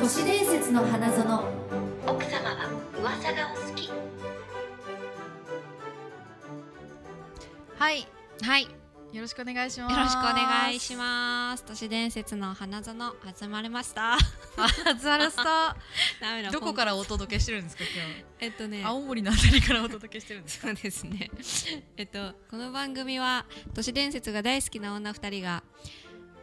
都市伝説の花園奥様は噂がお好きはい、はい、よよろしくお願いしまろす。しくお願いします。都市伝説の花園集まれました。す。あざらさ、ダメだ。どこかららお届けしてるんですかえっと今ね日。、青森のあたりからお届けしてるんですか。そうですね。 えっとこの番組は都市伝説が大好きな女二人が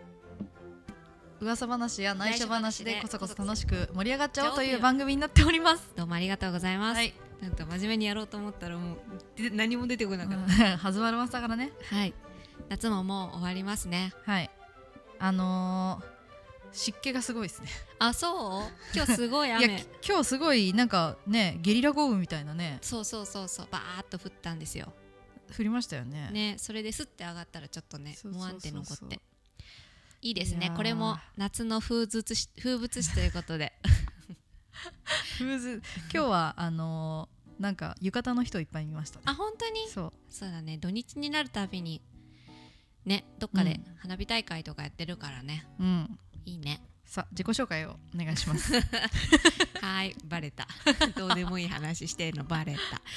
噂話や内緒話でこそこそ楽しく盛り上がっちゃおうといちゃおうというう番組になっております。どうもありがとうございます。はい、なんか真面目にやろうと思ったらもうで何も出てこなかった。 始まりましたからね。はい。夏ももう終わりますね。はい。あのー湿気がすごいですね。あ、そう？今日すごいいや雨。き今日すごいなんかねゲリラ豪雨みたいなねそうそうそうそう。バーっと降ったんですよ。降りましたよね。ね、それですって上がったらちょっとねそうそうもそうそうわんって残っていいですいやねーこれも夏の風物詩風物詩ということ で風ず今日はあのーなんか浴衣の人いっぱい見ました、ね。あ本当にそうそうだね土日になるたびにねどっかうでん花火大会とかやってるからね、うん。いい ねさ自己紹介をお願いします。はーいバレたどうでもいい話してんのバレた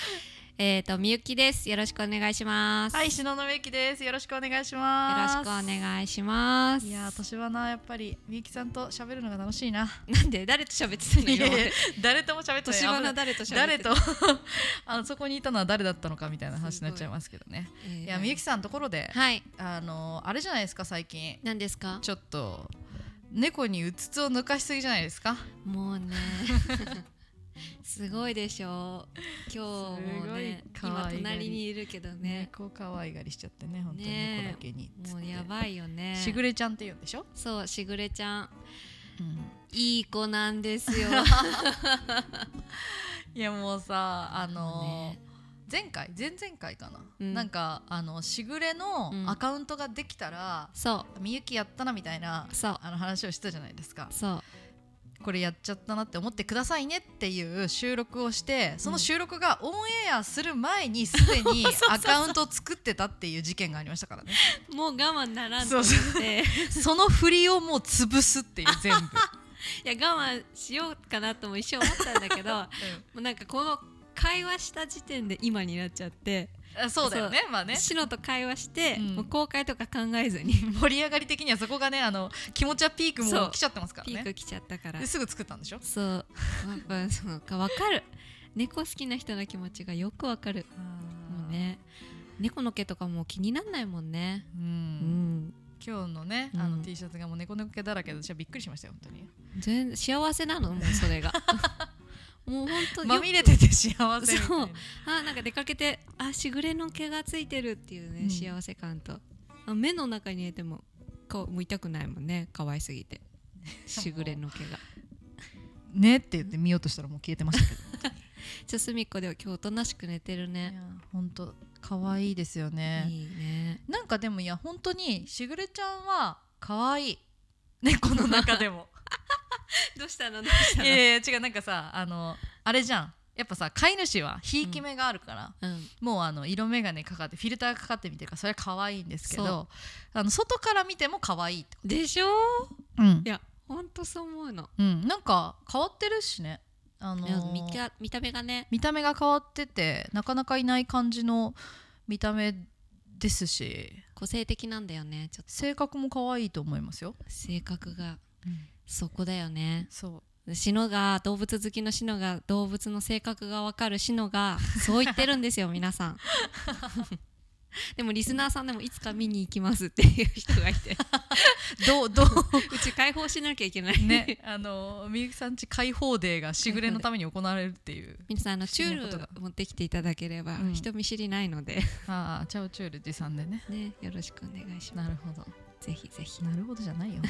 えっとみゆきですよろしくお願いします はい、よ篠上幸です。よろしくお願いしろましくす。お願いしますいやー、年はな、やっぱり、みゆきさんと喋るのが楽しいな。なんで誰と喋ってたの今まで 誰とも喋っ年年は花な、誰と喋ってた誰と、 あの、そこにいたのは誰だったのかみたいな話になっちゃいますけどね。えーいや、みゆきさんのところで、はいあのー、あれじゃないですか、最近、何ですかちょっと。猫にうつつを抜かしすぎじゃないですか。もうねすごいでしょう今日もねすごい可今愛がり隣にいるけどね猫可愛がりしちゃってね、本当にねえ猫だけにっつって。もうやばいよねしぐれちゃんって言うんでしょ。そうしぐれちゃんうんいい子なんです よいやもうさあのーね前回前々回かな、うんなんかあのしぐれのうんアカウントができたらそみゆきやったなみたいなうそうあの話をしてたじゃないですかそうこれやっちゃったなって思ってくださいねっていう収録をしてその収録がオンエアする前にすで にアカウントを作ってたっていう事件がありましたからねもう我慢ならんそとう思そうってその振りをもう潰すっ ていう全部、いや我慢しようかなとも一瞬思ったんだけど もうなんかこの会話した時点で今になっちゃって、あそうだよねまあ ねシノと会話して、うんもう公開とか考えずに盛り上がり的にはそこがねあの気持ちはピークそもう来ちゃってますからピねーク来ちゃったからですぐ作ったんでしょそう、やっぱ そうかわかる。猫好きな人の気持ちがよくわかる。もうね、猫の毛とかもう気になんないもんね。う、うんん、今日のね、うんあの T シャツがもう猫猫毛だらけで私はびっくりしましたよ本当に全幸せなのもうそ れが。もう本当にまみれてて幸せみたいなそうあなんか出かけてあしぐれの毛がついてるっていうね、うん幸せ感とあ目の中に入れても顔もう痛くないもんね可愛すぎ てしぐれの毛がねって言って見ようとしたらもう消えてましたけどじゃあすみっこでは今日おとなしく寝てるいねや本当可愛いですよねいいねなんかでもいや本当にしぐれちゃんは可愛い猫の中でも どうしたのどうしい たやの、いやいや違うなんかさあのあれじゃんやっぱさ飼い主はひいき目があるから、うんもうあの色眼鏡かかってフィルターがかかってみてるからそれは可愛いんですけそどあの外から見ても可愛いってこでしょと、うんいやほんとそう思うの、うん、なんか変わってるしね、あのーいや見た見た目がね見た目が変わっててなかなかいない感じの見た目ですし個性的なんだよねちょっ性格も可愛いと思いますよ。と性格が、うんそこだよねそうシノが動物好きのシノが動物の性格がわかるシノがそう言ってるんです よ皆さんでもリスナーさんでもいつか見に行きますっていう人がい てどうど ううち解放しなきゃいけない、ねあのーみゆきさんち解放デーがしぐれのために行われるっていう皆さんあの不チ思ュ議なことがール持ってきていただければ、うん人見知りないので ああチャオチュール持参でねねよろしくお願いしまなるほどすぜひぜひなるほどじゃないよ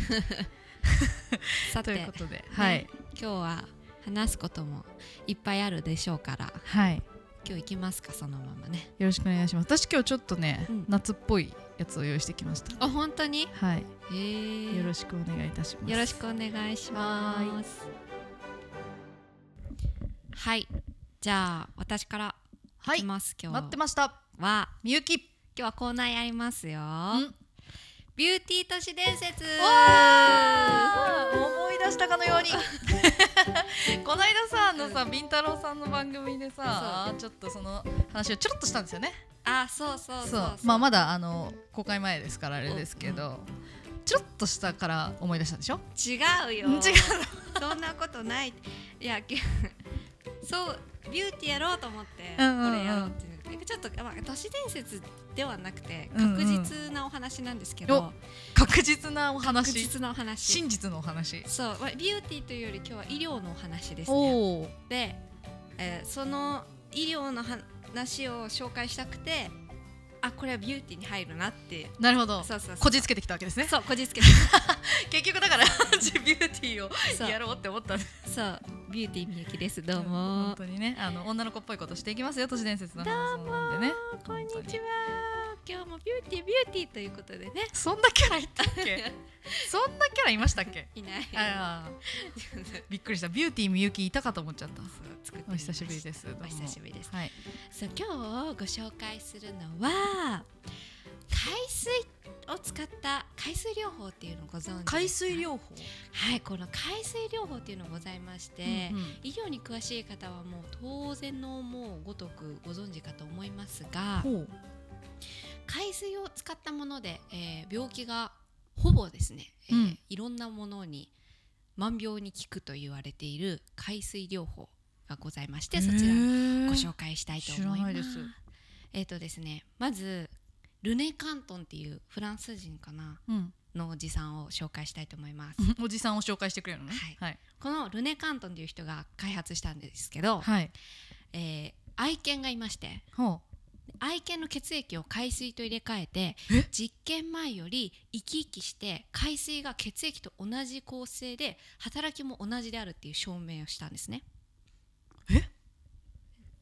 さ とていうことで、はい今日は話すこともいっぱいあるでしょうからはいよ今日行きますかそのままねろしくお願いします私今日ちょっとね、うん夏っぽいやつを用意してきましたあ本当にはいえー、よろしくお願いいたしますよろしくお願いしますはいじゃあ私からはい行きます、今日は待ってましたはみゆき今日はコーナーやりますよんビューティー都市伝説わー思い出したかのように この間さあのさビンタロウさんの番組でさちょっとその話をちょろっとしたんですよねあそうそうそうそうまあまだあの公開前ですからあれですけど、ちょろっとしたから思い出したんでしょ違うよ違うそんなことないいやき そうビューティーやろうと思ってこうんうんうんれやろうっていうなんかちょっと、まあ、都市伝説ではなくてうんうん確実なお話なんですけど、よ確実なお確話実なお話真実のお話そうまあビューティーというより今日は医療のお話ですねおおで、えーその医療の話を紹介したくてあこれはビューティーに入るなってなるほどそうそうそうこ じつけてきたわけですねそうこじつけて結局だから ビューティーをそうやろうって思ったんですそうビューティーみゆきですどう本も当にねあの女の子っぽいことしていきますよ都市伝説の話なんでねこんに本当ちは今日もビューティービューティーということでねそんなキャラいたっけそんなキャラいましたっけいないああびっくりしたビューティーみゆきいたかと思っちゃった作ってみおました久しぶりですどうも お久しぶりですはいそう今日ご紹介するのは海水を使った海水療法っていうのをご存知ですか海水療法はいこの海水療法っていうのがございまして、うんうん医療に詳しい方はもう当然のもうごとくご存知かと思いますがほう海水を使ったもので、えー病気がほぼですね、えーうんいろんなものに万病に効くと言われている海水療法がございましてそちらをご紹紹介したいと思います。知らないですえっ、とですねまずルネ・カントンっていうフランス人かなうん のおじさんを紹介したいと思います。おじさんを紹介してくれるのねはいこのルネ・カントンという人が開発したんですけど、はいえー愛犬がいましてほ愛犬の血液を海水と入れ替えてえ実験前より生き生きして海水が血液と同じ構成で働きも同じであるっていう証明をしたんですね。え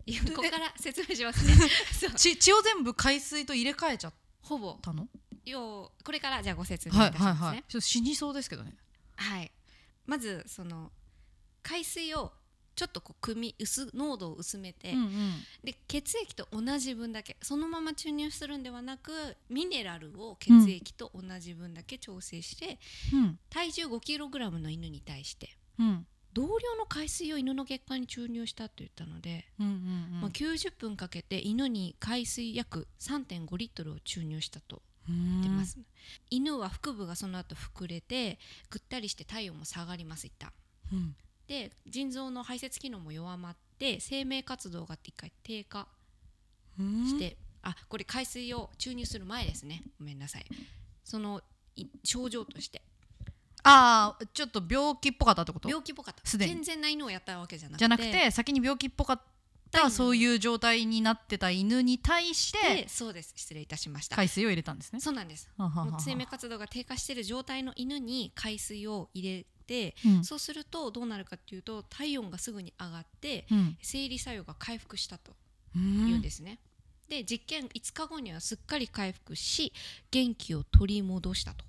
いやここから説明しますねそうう血血を全部海水と入れ替えちゃっほぼたの要これからじゃあご説明はいいたしますね。ははいいはいちょっと死にそうですけどねまずその海水をちょっとこう組み薄濃度を薄めて、うんで血液と同じ分だけそのまま注入するんではなくミネラルを血うん液と同じ分だけ調整して、うん体重 5kg の犬に対してうん同量の海水を犬の血管に注入したと言ったので、うんうんうまあ、ん90分かけて犬に海水約3.5リットルを注入したとう言ってまんす、犬は腹部がその後膨れてぐったりして体温も下がります一旦うんで腎臓の排泄機能も弱まって生命活動が一回低下うんして、あこれ海水を注入する前ですねごめんなさいそのい症状としてああちょっと病気っぽかったってこと病気っぽかったすでに健全な犬をやったわけじゃなくてじゃなくて先に病気っぽかった犬そういう状態になってた犬に対してでそうです失礼いたしました、海水を入れたんですね。そうなんですはははもうは生命活動が低下している状態の犬に海水を入れて、うんそうするとどうなるかっていうと体温がすぐに上がってうん生理作用が回復したとういうんんですね、で実験5日後にはすっかり回復し元気を取り戻したと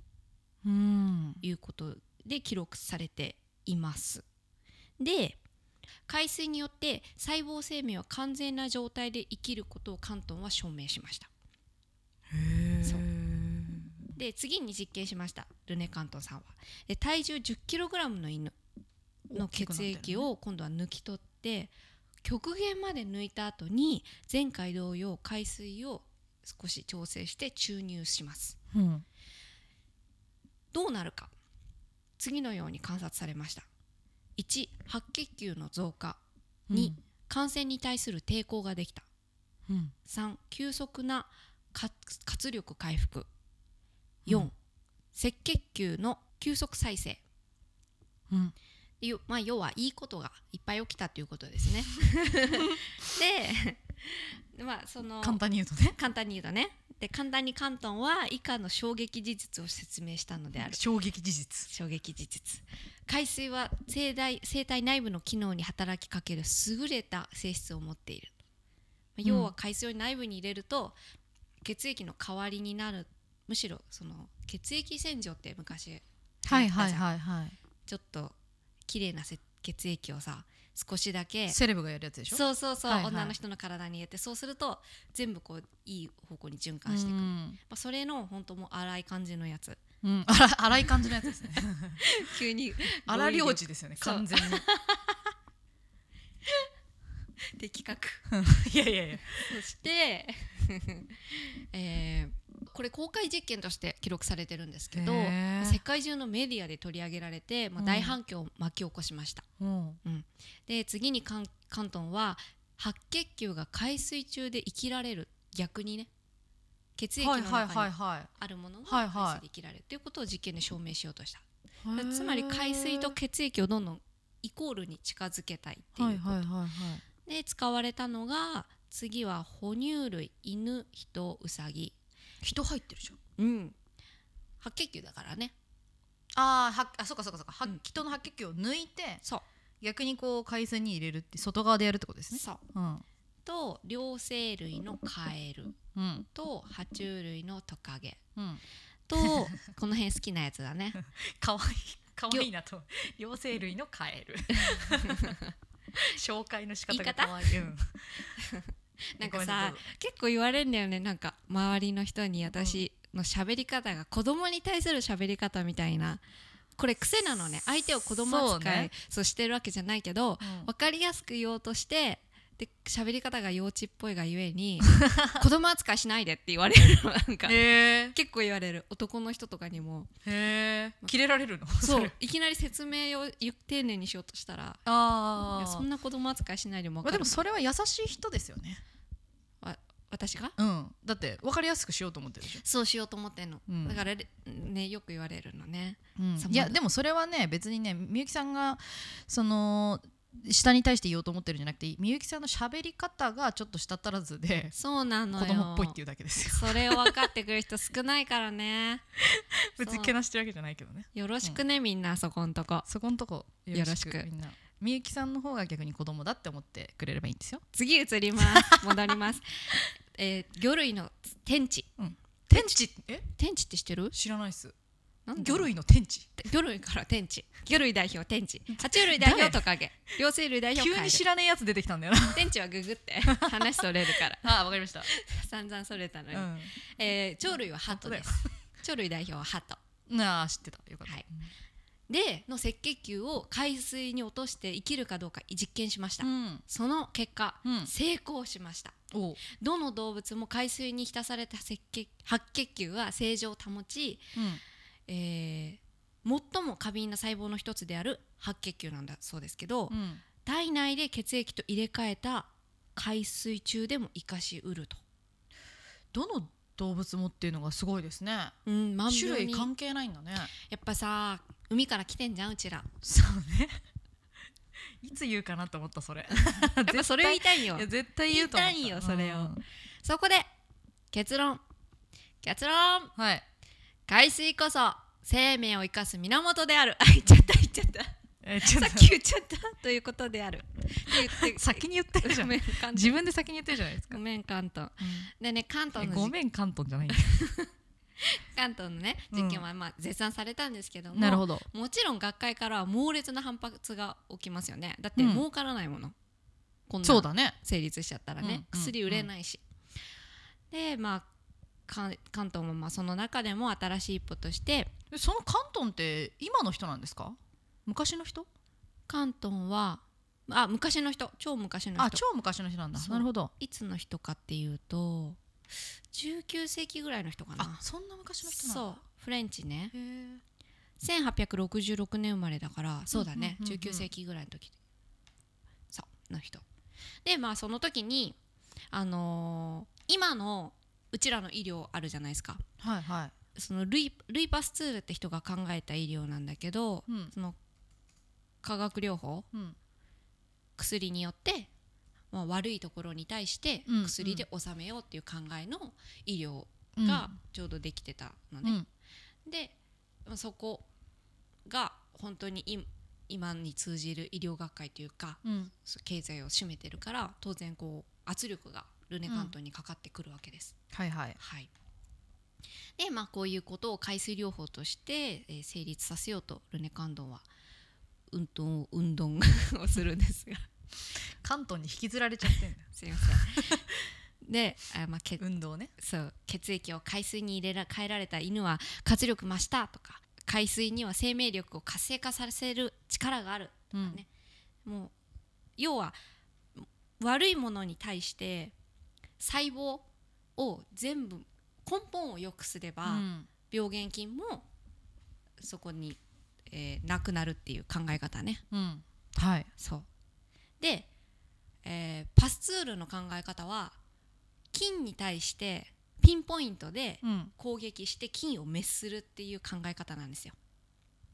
うんいうことで記録されています。で海水によって細胞生命は完全な状態で生きることを関東は証明しましたへーそうで次に実験しましたルネ・カントンさんはで体重 10kg の犬の大きくなっ血てるね液を今度は抜き取って極限まで抜いた後に前回同様海水を少し調整して注入しますうんどうなるか次のように観察されました1白血球の増加2、感染に対する抵抗ができたうん3急速な活活力回復4、うん赤血球の急速再生うんよまあ、要はいいことがいっぱい起きたということ ですね。で、まあ、その簡単に言うとね簡単に言うとねで簡単に関東は以下の衝撃事実を説明したのである。衝撃事実。衝撃事実海水は生体生体内部の機能に働きかける優れた性質を持っている、まあうん要は海水を内部に入れると血液の代わりになるむしろその血液洗浄って昔はいはいいはいはい。ちょっと綺麗なせ血液をさ少しだけセレブがやるやつでしょ。うそうそうそう、はいはい女の人の体に入れてそうすると全部こういい方向に循環していく、まんあ、それの本当もう荒い感じのや つうんあ ら荒い感じのやつですね。急に荒領事ですよねそう完全に。的確 いやいやいやそして えーこれ公開実験として記録されてるんですけど、へー世界中のメディアで取り上げられて、まあ、うん大反響を巻き起こしました、うんで次に関関東は白血球が海水中で生きられる逆にね血液のはいはいは中いにはあるものがはい海はい水で生きられるということを実験で証明しようとした、いへーつまり海水と血液をどんどんイコールに近づけたいっていう、はいはいはいはいで使われたのが次は哺乳類犬人ウサギ人入ってるじゃんうん白血球だからねあーはあそうかそうかそうか、はうん人の白血球を抜いてそう逆にこう海水に入れるって外側でやるってことですねそううんと両生類のカエルうんと爬虫類のトカゲうん とこの辺好きなやつだねかわいいかわいいなと両生類のカエ ル紹介の仕方言がい方かわいい、うんなんかごめ なささいどうぞ結構言われるんだよねなんか周りの人に私の喋り方が子供に対する喋り方みたいなこれ癖なのね相手を子供そう扱いそう,、ねしてるわけじゃないけどうん分かりやすく言おうとしてで喋り方が幼稚っぽいがゆえ に子供扱いしないでって言われるなんかへ 結構言われる男の人とかにもえへえ切れられるのそそうれいきなり説明をゆ丁寧にしようとしたらいあやあそんな子供扱いしないでもま分かあ、でるもそれは優しい人ですよねわ私がうんだって分かりやすくしようと思ってるでしょ、そうしようと思ってんの、うんだかられねよく言われるのねそんないやでもそれはね別にねみゆきさんがその下に対して言おうと思ってるんじゃなくてみゆきさんの喋り方がちょっとしたたらず でそうなの子よ供っぽいっていうだけですよ それを分かってくる人少ないからね別にけなしてるわけじゃないけどねよろしくね、みんなそこんとこそこんとこよろしくよろしくみんなみゆきさんの方が逆に子供だって思ってくれればいいんですよ次移ります戻り ます、えー、魚類の天地天地え天地って知ってる知らないっすなんだ魚類の天地魚類から天地魚類代表天 地爬虫類代表トカゲ両生類代表急カエにル知らねえやつ出てきたんだ よな天地はググ って話それるからああわかりました、散々それたのに、うえー鳥類はハトです鳥類代表はハトん、なあ知ってたよかった、はいでの赤血球を海水に落として生きるかどうか実験しました、うんその結果、うん成功しましたおうどの動物も海水に浸された赤血白血球は正常を保ち、うんえー最も過敏な細胞の一つである白血球なんだそうですけど、うん体内で血液と入れ替えた海水中でも生かしうると、どの動物もっていうのがすごいですねうん、万種病類に関係ないんだねやっぱさ海から来てんじゃんうち らそうね いつ言うかなと思ったそ れやっぱそれ言いたいよいや絶対言うと思った言いたいよそれをうんそこで結論結論はい海水こそ生命を生かす源であるあ 言っちゃった言っちゃったえちょっさとっき言っちゃったということであるって言っ て先に言ってるじゃごんめん関自東分で先に言ってるじゃないですかご。めん関東でね関東えのご実めん、関東じゃないんだ。関東のねうん実験はまあ絶賛されたんですけども、 なるほど。もちろん学会からは猛烈な反発が起きますよねだってうん儲からないもの、こんなそうだね。成立しちゃったらね、うん薬売れないし、でまあかん関東もまあその中でも新しい一歩としてえその関東って今の人なんですか？昔の人？関東はあ昔の人超昔の人あ、超昔の人なんだ。そうなるほど。いつの人かっていうと19世紀ぐらいの人かあな、そんな昔の人なんだ。そうフレンチねへー1866年生まれだからそうだね、うんうんうん19世紀ぐらいの時そうの人でまあその時にあのー今のうちらの医療あるじゃないですかはいはそのルイルイパスツールって人が考えた医療なんだけど、い。うんその化学療法うん。薬によって、まあ、悪いところに対してうん薬で治めようっていう考えの医療うんがちょうどできてたのうね、んでまあそこが本当に今今に通じる医療学会というかうんそう経済を占めてるから当然こう圧力がルネ関東にかかってくるわけです。はいはい。はいでまあ、こういうことを海水療法として、えー成立させようとルネ関東は運動運動をするん ですが 関東に引きずられちゃ ってんだよ。すいませんであ、まあ、け運動ね。そう血液を海水に入れら変えられた犬は活力増したとか海水には生命力を活性化させる力があるうんねもう要は悪いものに対して細胞を全部根本を良くすれば、うん病原菌もそこに、えーなくなるっていう考え方ねうんはいそうで、えーパスツールの考え方は菌に対してピンポイントでうん攻撃して菌を滅するっていう考え方なんですよ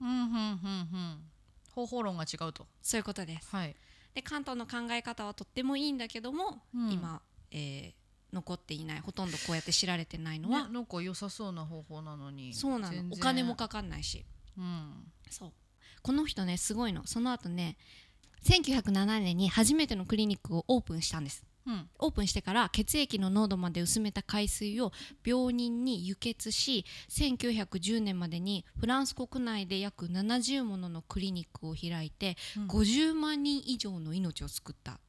うんうんうんうん方法論が違うとそういうことですはいで関東の考え方はとってもいいんだけども、うん今、えー残っていないほとんどこうやって知られてないのは、ねなんか良さそうな方法なのにそうな全のお然金もかかんないしうんそうこの人ねすごいのその後ね1907年に初めてのクリニックをオープンしたんですうんオープンしてから血液の濃度まで薄めた海水を病人に輸血し1910年までにフランス国内で約70もののクリニックを開いてうん50万人以上の命を救った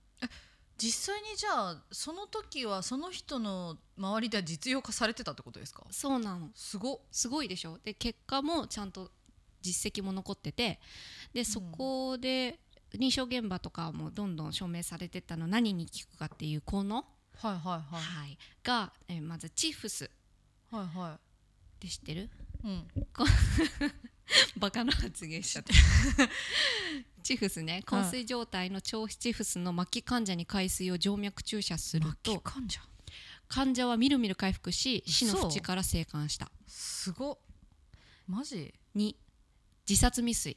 実際にじゃあその時はその人の周りでは実用化されてたってことですかそうなのすごっすごいでしょで結果もちゃんと実績も残っててでそこで臨床現場とかもどんどん証明されてったの何に効くかっていう効能、はいはいははいいが、えーまずチフスっはいはて知ってるいうんバカな発言しちゃった チフスね昏睡状態の超チフスの末期患者に海水を静脈注射する末期と患者患者はみるみる回復し死の嘘淵から生還したすごっマジ2自殺未遂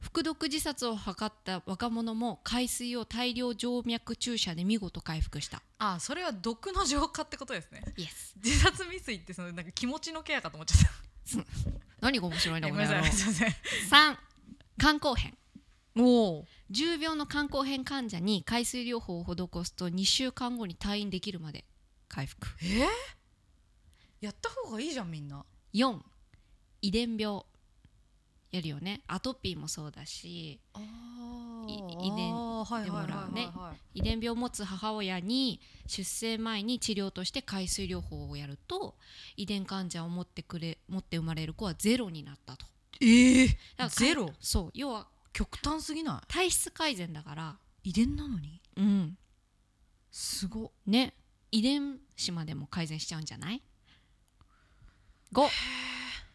服毒自殺を図った若者も海水を大量静脈注射で見事回復したあそれは毒の浄化ってことですねイエス自殺未遂ってそのなんか気持ちのケアかと思っちゃっ何が面白いたのごこめの野んな郎さいすいません3肝硬変おお重病の肝硬変患者に海水療法を施すと2週間後に退院できるまで回復えー、やった方がいいじゃんみんな4遺伝病やるよねアトピーもそうだしあー遺伝でもらうね遺伝病を持つ母親に出生前に治療として海水療法をやると遺伝患者を持ってくれ持って生まれる子はゼロになったとええだからゼロそう要は極端すぎな体質改善だからい遺伝なのにうんすごっね遺伝子までも改善しちゃうんじゃない5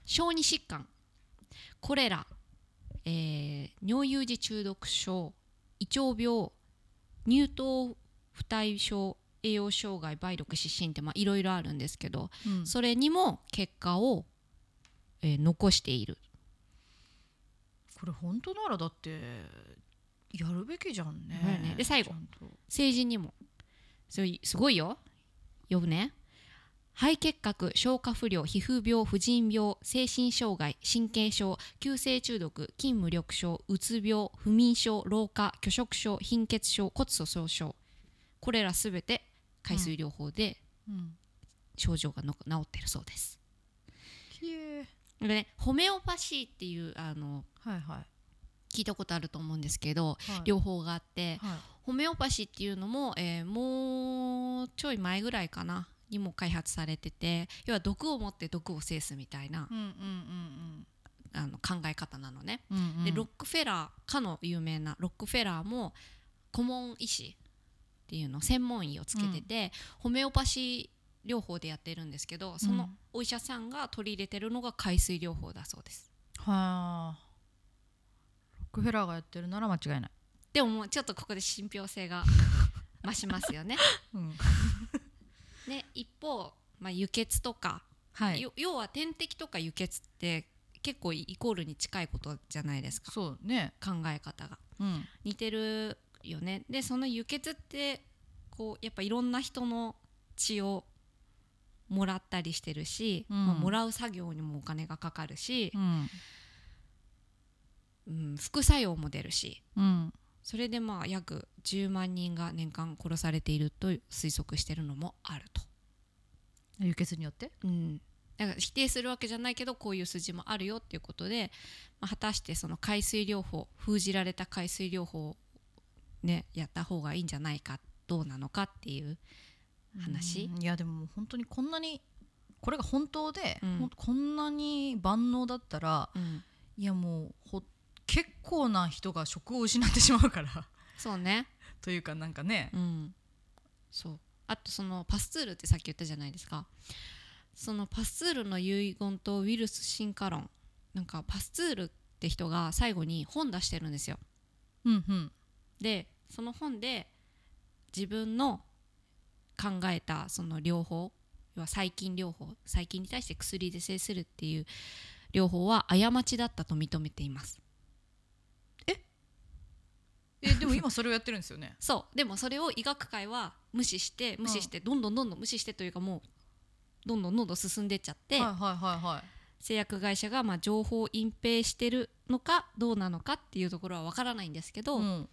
小児疾患コレラ、えー尿有児中毒症胃腸病乳糖不対症栄養障害梅毒湿疹ってまあいろいろあるんですけど、うんそれにも結果を、えー残しているこれ本当ならだってやるべきじゃんねだよねで最後ちゃんと成人にもそれすごいよ呼ぶね肺結核消化不良皮膚病婦人病精神障害神経症急性中毒筋無力症うつ病不眠症老化拒食症貧血症骨粗鬆症これらすべて海水療法でうん症状がの治ってるそうです、きえでねホメオパシーっていうあのはいはい聞いたことあると思うんですけどはい療法があって、はいホメオパシーっていうのも、えーもうちょい前ぐらいかなにも開発されてて要は毒を持って毒を制すみたいなうんうんうんあの考え方なのね、うんうんうんでロックフェラーかの有名なロックフェラーも顧問医師っていうの専門医をつけてて、ホメオパシー療法でやってるんですけどそうのんお医者さんが取り入れてるのが海水療法だそうです。はあロックフェラーがやってるなら間違いないでももうちょっとここで信憑性が増しますよね。うんね一方、まあ、輸血とかはいよ要は点滴とか輸血って結構イコールに近いことじゃないですかそうね考え方がうん似てるよねでその輸血ってこうやっぱいろんな人の血をもらったりしてるし、うんまあもらう作業にもお金がかかるしう、んうん副作用も出るしうんそれでまあ約10万人が年間殺されていると推測してるのもあると。輸血によってうん、だから否定するわけじゃないけどこういう数字もあるよっていうことで、まあ、果たしてその海水療法封じられた海水療法をねやった方がいいんじゃないかどうなのかっていう話うんいやでももう本当にこんなにこれが本当で、うんほんとこんなに万能だったらうんいやもうほ結構な人が職を失ってしまうから そうねというかなんかね、うんそうあとそのパスツールってさっき言ったじゃないですかそのパスツールの遺言とウイルス進化論なんかパスツールって人が最後に本出してるんですようんうんでその本で自分の考えたその療法要は細菌療法細菌に対して薬で制するっていう療法は過ちだったと認めていますえでも今それをやってるんですよ ねそうでもそれを医学界は無視して無視してどんどんどんどん無視してというかもうどんどんどんどん進んでっちゃって、はいはいはいはい製薬会社がまあ情報を隠蔽してるのかどうなのかっていうところはわからないんですけど、うんまあ、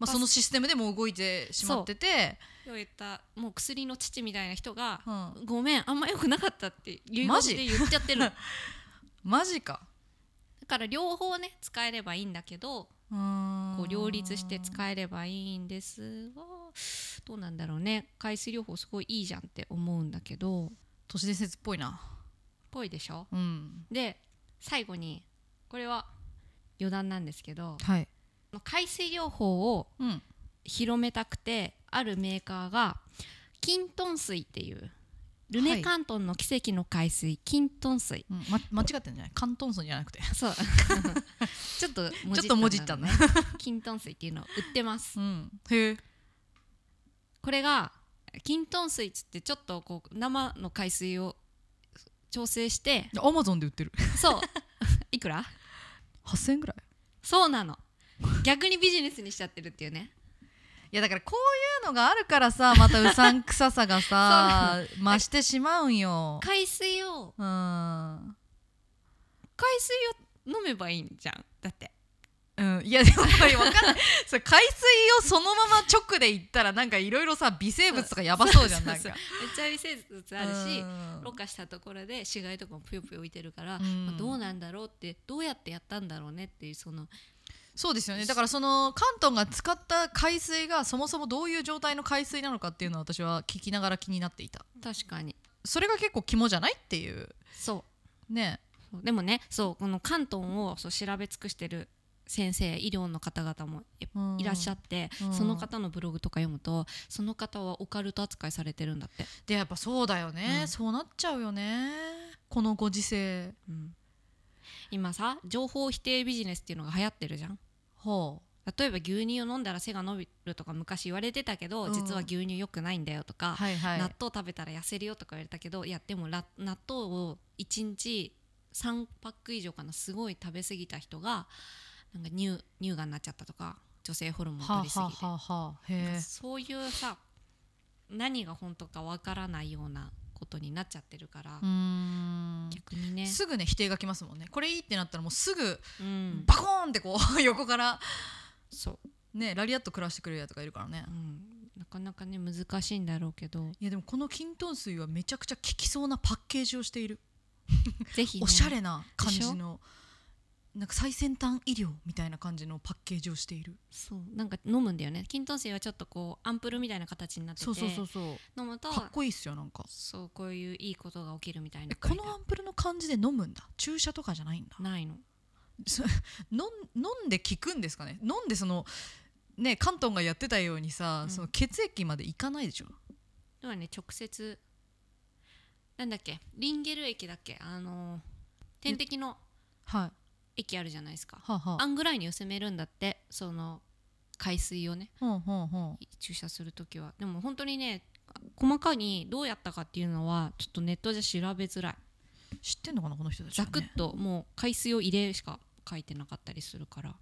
パスそのシステムでもう動いてしまってて、今日言ったもう薬の父みたいな人がうん「ごめんあんま良くなかった」って言マジで言っちゃっ てるだマジかから両方ね使えればいいんだけどここう両立して使えればいいんですがどうなんだろうね海水療法すごいいいじゃんって思うんだけど都市伝説っぽいなぽいでしょうんで最後にこれは余談なんですけどはい海水療法をうん広めたくてあるメーカーがキントン水っていうルネカントンの奇跡の海水、キントン水うんま、間違ってんじゃない関東村じゃなくてそう ちょっとちょっともじったんだねキントン水っていうのを売ってますうんへえこれがキントン水っつってちょっとこう生の海水を調整 してアマゾンで売ってるそう いくら8000円ぐらいそうなの逆にビジネスにしちゃってるっていうねいやだからこういうのがあるから さまたうさんくささがさ増してしまうんよ海水をうん海水を飲めばいいんじゃんだってうん、いやでもこれ分かんない それ海水をそのまま直でいったらなんかいろいろさ微生物とかやばそうじゃんなんかそうそうめっちゃ微生物あるしうんろ過したところで死骸とかもぷよぷよ浮いてるから、うんまあどうなんだろうってどうやってやったんだろうねっていうそのそうですよねだからその関東が使った海水がそもそもどういう状態の海水なのかっていうのは私は聞きながら気になっていた確かにそれが結構肝じゃないっていうそうねそうでもねそうこの関東をそう調べ尽くしてる先生医療の方々もやっぱいらっしゃっって、うんその方のブログとか読むとその方はオカルト扱いされてるんだって、でやっぱそうだよね、うんそうなっちゃうよねこのご時世うん今さ情報否定ビジネスっていうのが流行ってるじゃんほ例えば牛乳を飲んだら背が伸びるとか昔言われてたけど、うん実は牛乳良くないんだよとうか、はいは納豆食べたら痩せるよとか言われたけどいやでもら納豆を1日3パック以上かなすごい食べ過ぎた人がなんか乳乳がんになっちゃったとか女性ホルモンはあ取りすはぎあて、はあはあなんへかえそういうさ何が本当かわからないようなことになっちゃってるから、うーん逆にね、すぐね否定がきますもんねこれいいってなったらもうすぐうん、バコーンってこう 横からそう、ねラリアット暮らしてくれるやつがいるからねうん、なかなかね難しいんだろうけどいやでもこのキントン水はめちゃくちゃ効きそうなパッケージをしているぜひ、ね、おしゃれな感でしじょのなんか最先端医療みたいな感じのパッケージをしているそうなんか飲むんだよねキントン水はちょっとこうアンプルみたいな形になっててそうそうそうそう飲むとかっこいいっすよなんかそうこういういいことが起きるみたいえなこのアンプルの感じで飲むんだ注射とかじゃないんだないのそ飲ん飲んで効くんですかね飲んでそのね関東がやってたようにさ、うんその血液までいかないでしょではね直接なんだっけリンゲル液だっけあのー点滴のはい液あるじゃないですかはあ、はあんぐらいに薄めるんだってその海水をねほうほうほ注射する時はでも本当にね細かにどうやったかっていうのはちょっとネットじゃ調べづらいう知ってんのかなこの人たちざはくっね、ともう海水を入れるしか書いてなかったりするから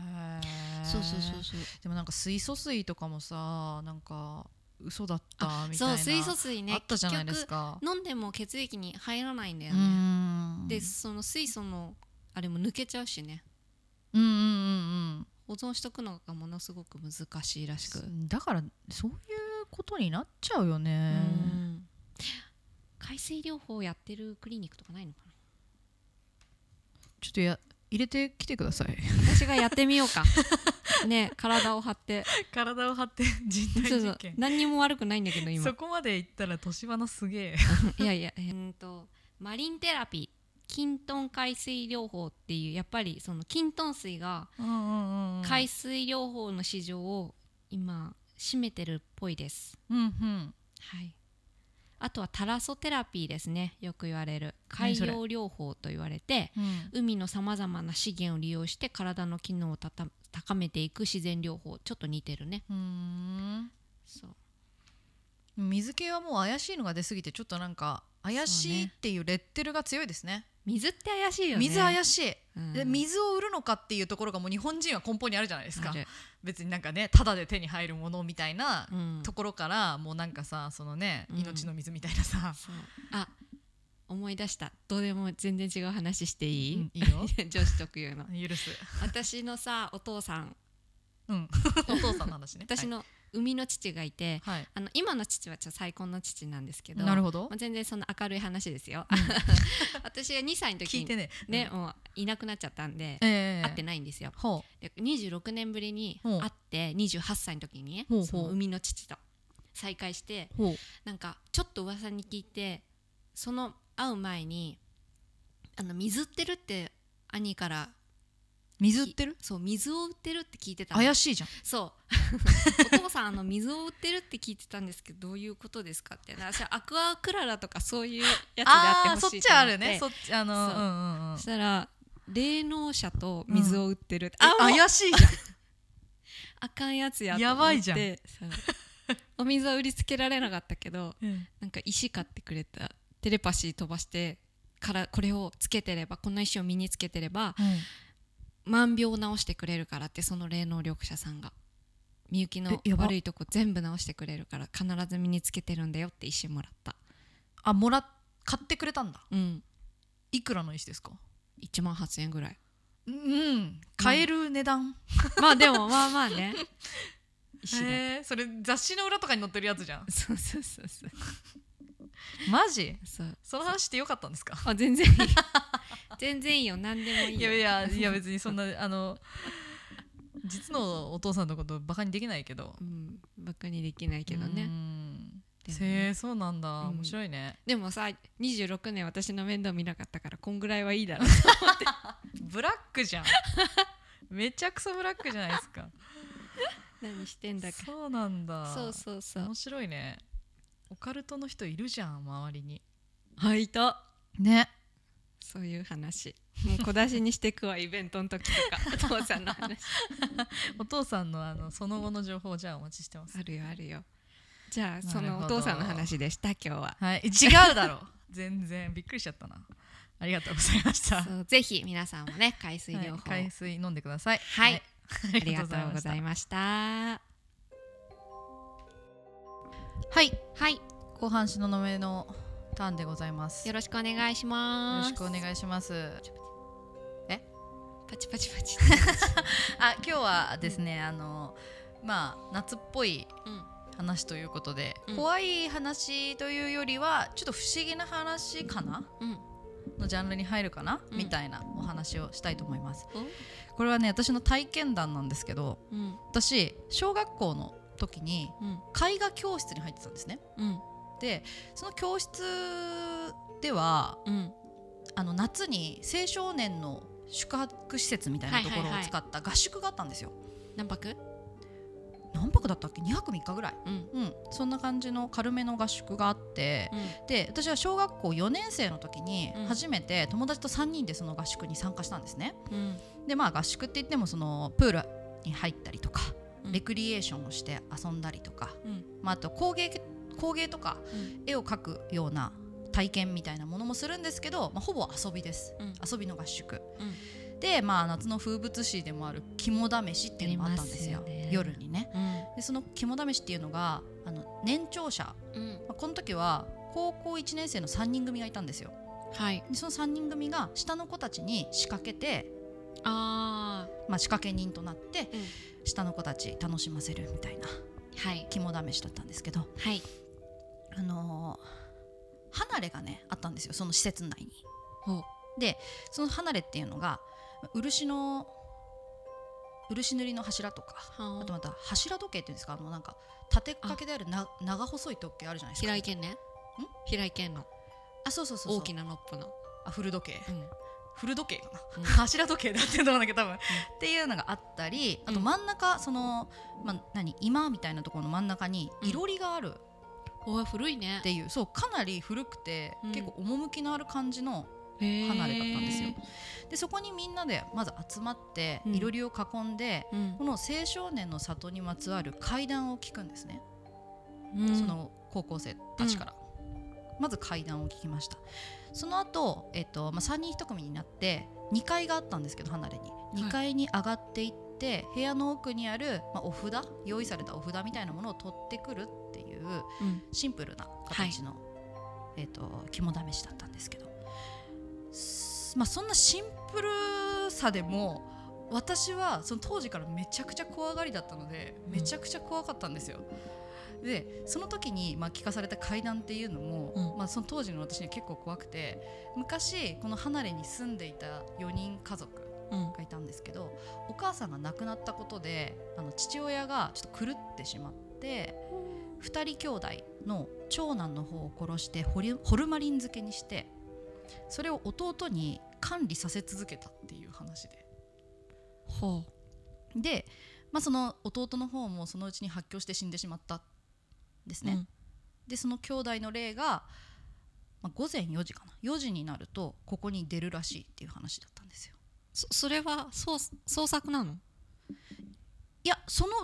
へーそうそうそうそうでもなんか水素水とかもさなんか嘘だったみたいそなう水素水ねあったじゃないですか結局飲んでも血液に入らないんだようね、んでその水素のあれも抜けちゃうしねうんうんうん保存しとくのがものすごく難しいらしく、うんだからそういうことになっちゃうようねん海水療法やってるクリニックとかないのかなちょっとや入れてきてください私がやってみよう かね体を張って体を張って人そうそう何にも悪くないんだけど今こまでいったら年花すげ いえやいやえーんとマリンテラピーキントン海水療法っていうやっぱりそのキントン水がうんうんうん海水療法の市場を今占めてるっぽいです。うんうんはい。あとはタラソテラピーですね。よく言われる海何それ洋療法と言われて、うん海のさまざまな資源を利用して体の機能をたた高めていく自然療法。ちょっと似てるね。うーんそう。水系はもう怪しいのが出すぎてちょっとなんか怪しいっていうレッテルが強いですね水って怪しいよね。水怪しい、うんで水を売るのかっていうところがもう日本人は根本にあるじゃないですかある別になんかねただで手に入るものみたいなうんところから、もうなんかさそのねうん命の水みたいなさ、そうあ思い出したどうでも全然違う話していい、うんいいよ 女子特有の許す、私のさお父さん うん、お父さんの話ね私の生みの父がいて、はい、はいあの今の父はちょっと再婚の父なんですけどなるほどまあ全然その明るい話ですよ、 私が2歳の時聞いにてねね、もういなくなっちゃったんで、うんええ会ってないんですよほで26年ぶりにほう会って28歳の時にねほうほうその生みの父と再会してうほうなんかちょっと噂に聞いてその会う前にあの水売ってるって兄から水売ってるそう水を売ってるって聞いてたの怪しいじゃんそうお父さんあの水を売ってるって聞いてたんですけどどういうことですかって私はアクアクララとかそういうやつでああっーてほそしっいちと思あってるねそっちあのそううんうんうんそしたら霊能者と水を売ってるって、あもう怪しいじゃんあかんやつやと思ってやばいじゃんそうお水は売りつけられなかったけど なんか石買ってくれたテレパシー飛ばしてからこれをつけてればこの石を身につけてればうん万病を治してくれるからってその霊能力者さんがみゆきのえやば悪いとこ全部治してくれるから必ず身につけてるんだよって石もらったあもらっ買ってくれたんだうんいくらの石ですか1万8000円ぐらいうん買える値段、まあでもまあまあね石だ、へえそれ雑誌の裏とかに載ってるやつじ ゃんそうそうそうそうマジそうその話してよかったんですかあ全然いい全然いいよ何でもいいよいやいやいや別にそんな あの実のお父さんのことバカにできないけどうんバカにできないけどうねんでもねへえそうなんだうん面白いね、でもさ26年私の面倒見なかったからこんぐらいはいいだろうブラックじゃんめちゃくそブラックじゃないですか何してんだかそうなんだそうそうそう面白いねオカルトの人いるじゃん周りにはいいたねそういう話もう小出しにしてくわイベントの時と かお父さんの話お父さんのあのその後の情報じゃあお待ちしてますあるよあるよじゃあなるそほどのお父さんの話でした今日ははい違うだろう全然びっくりしちゃったなありがとうございましたそうぜひ皆さんもね海水療は法、い海水飲んでくださいはいあありがとうございまましたしたはいはい後半しののめのターンでございますよよろしくお願いしまろすしくお願いしますパチパチパ チあ今日はですねあのまあ夏っぽいうん話ということで、うん怖い話というよりはちょっと不思議な話かなうんのジャンルに入るかな、うんみたいなお話をしたいと思いますこれはね私の体験談なんですけどうん私小学校の時にうん絵画教室に入ってたんですねうんでその教室ではうんあの夏に青少年の宿泊施設みたいなところを使った合宿があったんですよ、何泊何泊だったっけ2泊3日ぐらいうんうんそんな感じの軽めの合宿があってうんで私は小学校4年生の時にうん初めて友達と3人でその合宿に参加したんですねうんでまあ合宿って言ってもそのプールに入ったりとかうんレクリエーションをして遊んだりとか、うんまあ、あと工芸工芸とかうん絵を描くような体験みたいなものもするんですけど、まあ、ほぼ遊びですうん遊びの合宿うんで、まあ、夏の風物詩でもある肝試しっていうのがあったんですよありますよね夜にねうんでその肝試しっていうのがあの年長者、うんまあ、この時は高校1年生の3人組がいたんですよはいでその3人組が下の子たちに仕掛けて、あまあ、仕掛け人となって、うん下の子たち楽しませるみたいなーはい肝試しだったんですけどはいあのー離れがねあったんですよその施設内にほうでその離れっていうのが漆の漆塗りの柱とかあとまた柱時計っていうんですかあのなんか立てかけであるな長細い時計あるじゃないですか平井堅ね平井堅のあそうそうそうそう大きなノップのあフル時計、うん古時計かな、うん柱時計で合ってると思うんだけど多分、っていうのがあったりあと真ん中、その、まあ、何今みたいなところの真ん中にうんいろりがあるおい古いねっていう、そうかなり古くて、うん結構趣のある感じのへー離れだったんですよでそこにみんなでまず集まってうんいろりを囲んで、うんこの青少年の里にまつわる怪談を聞くんですね、うんその高校生たちから、まず怪談を聞きましたその後、えっとまあ3人1組になって2階があったんですけど離れに2階に上がっていって、部屋の奥にある、まあ、お札用意されたお札みたいなものを取ってくるっていううんシンプルな形の、えっと肝試しだったんですけど、すまあ、そんなシンプルさでも私はその当時からめちゃくちゃ怖がりだったのでうんめちゃくちゃ怖かったんですよ。でその時に、まあ、聞かされた怪談っていうのも、うんまあ、その当時の私には結構怖くて昔この離れに住んでいた4人家族うんがいたんですけどお母さんが亡くなったことであの父親がちょっと狂ってしまって2人兄弟の長男の方を殺してホリホルマリン漬けにしてそれを弟に管理させ続けたっていう話でほうで、まあ、その弟の方もそのうちに発狂して死んでしまったんですね、うんでその兄弟の霊が、まあ、午前4時かな4時になるとここに出るらしいっていう話だったんですよそそれはそう創作なのいやその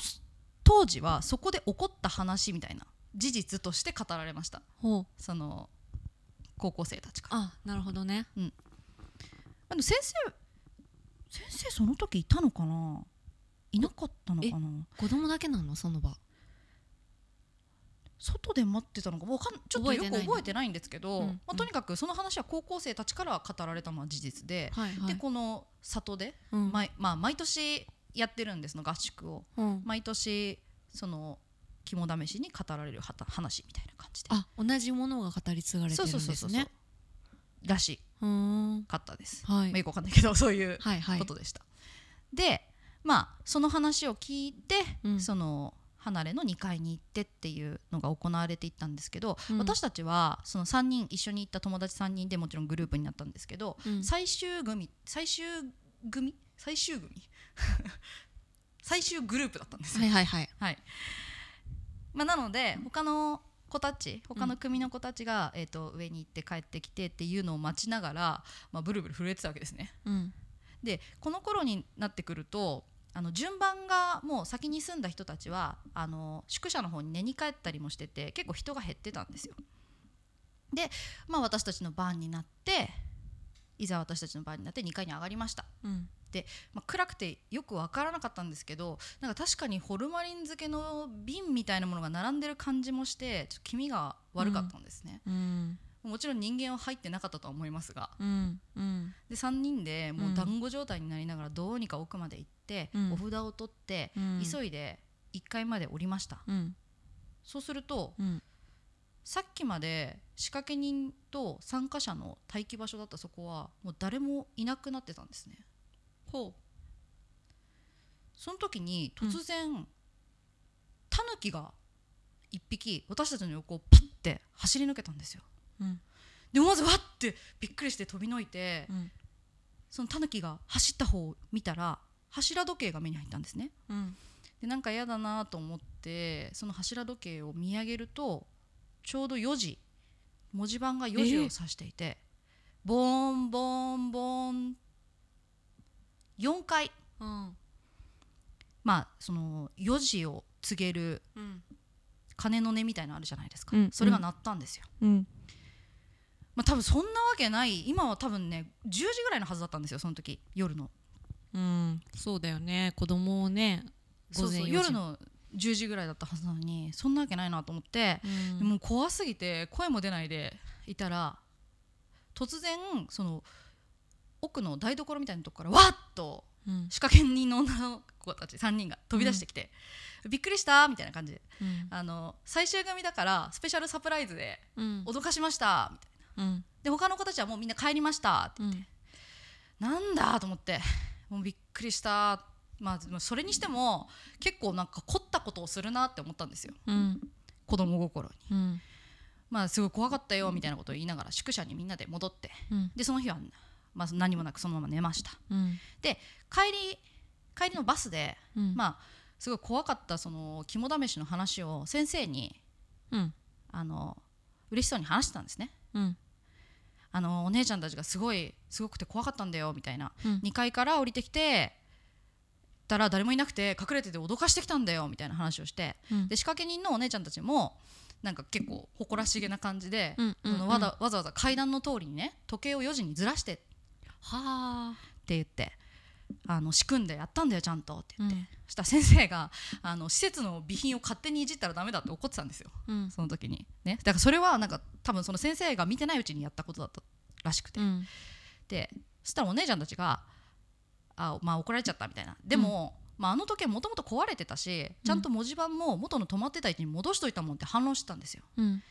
当時はそこで起こった話みたいな事実として語られましたほうその高校生たちからあなるほどねあの先生先生その時いたのかないなかったのかな子供だけなのその場外で待ってたのかわかんちょっとよ覚えてくないの覚えてないんですけど、うんまあ、とにかくその話は高校生たちから語られたのは事実で、はいはでこの里で、うん毎まあ、毎年やってるんですの合宿をうん毎年その肝試しに語られるはた話みたいな感じであ同じものが語り継がれてそるうんそうそうでそすうねらしうーんかったです、はまあ、いよくわかんないけど そういうはいはいことでした、でまあその話を聞いて、うんその離れの2階に行ってっていうのが行われていったんですけど、うん私たちはその3人一緒に行った友達3人でもちろんグループになったんですけど、うん最終組最終組最終組 最終グループだったんですよはいはいはいはいまあ、なので他の子たち他の組の子たちが、えー、と上に行って帰ってきてっていうのを待ちながら、まあ、ブルブル震えてたわけですねうんでこの頃になってくるとあの順番がもう先に住んだ人たちはあの宿舎の方に寝に帰ったりもしてて結構人が減ってたんですよで、まあ、私たちの番になっていざ私たちの番になって2階に上がりましたうんまあ、暗くてよく分からなかったんですけどなんか確かにホルマリン漬けの瓶みたいなものが並んでる感じもしてちょっと気味が悪かったんですね、うんもちろん人間は入ってなかったとは思いますがうんうんで3人でもううん団子状態になりながらどうにか奥まで行って、うんお札を取って、うん急いで1階まで降りましたうんそうするとうんさっきまで仕掛け人と参加者の待機場所だったそこはもう誰もいなくなってたんですねほその時に突然、タヌキが一匹私たちの横をパッて走り抜けたんですよううんで思わずわってびっくりして飛びのいて、うんそのタヌキが走った方を見たら柱時計が目に入ったんですねうんでなんか嫌だなと思ってその柱時計を見上げるとちょうど4時文字盤が4時を指していて、ボーンボーンボーン4回うんまあその4時を告げるうん鐘の音みたいなのあるじゃないですか、うんそれが鳴ったんですよ、うんまあ、多分そんなわけない今は多分ね10時ぐらいのはずだったんですよその時夜のうんそうだよね子供をねそ午う前そう4夜時の10時ぐらいだったはずなのにそんなわけないなと思って、うんもう怖すぎて声も出ないでいたら突然その奥の台所みたいなとこからわっとうん仕掛け人の女の子たち3人が飛び出してきて、びっくりしたみたいな感じでうんあの最終組だからスペシャルサプライズでうん脅かしましたみたいなうんで他の子たちはもうみんな帰りましたってうんなんだと思ってもうびっくりしたまあでもそれにしても結構なんか凝ったことをするなって思ったんですようん子供心にうんまあすごい怖かったよみたいなことを言いながら宿舎にみんなで戻ってうんでその日はまあ、何もなくそのまま寝ましたうん帰り帰りのバスで、うんまあすごい怖かったその肝試しの話を先生にうんあの嬉しそうに話してたんですねうんあのお姉ちゃんたちがすごいすごくて怖かったんだよみたいな、うん2階から降りてきてたら誰もいなくて隠れてて脅かしてきたんだよみたいな話をして、うんで仕掛け人のお姉ちゃんたちもなんか結構誇らしげな感じで、うんうんうんそのわざわざわざ階段の通りにね時計を4時にずらしてってはあ言ってあの仕組んでやったんだよちゃんとって言って、うんそしたら先生があの施設の備品を勝手にいじったらダメだって怒ってたんですようんその時にねだからそれはなんか多分その先生が見てないうちにやったことだったらしくて。うんでそしたらお姉ちゃんたちが「あまあ怒られちゃった」みたいなでも、まあ、あの時計もともと壊れてたしちゃんと文字盤も元の止まってた位置に戻しといたもんって反論してたんですよ。うん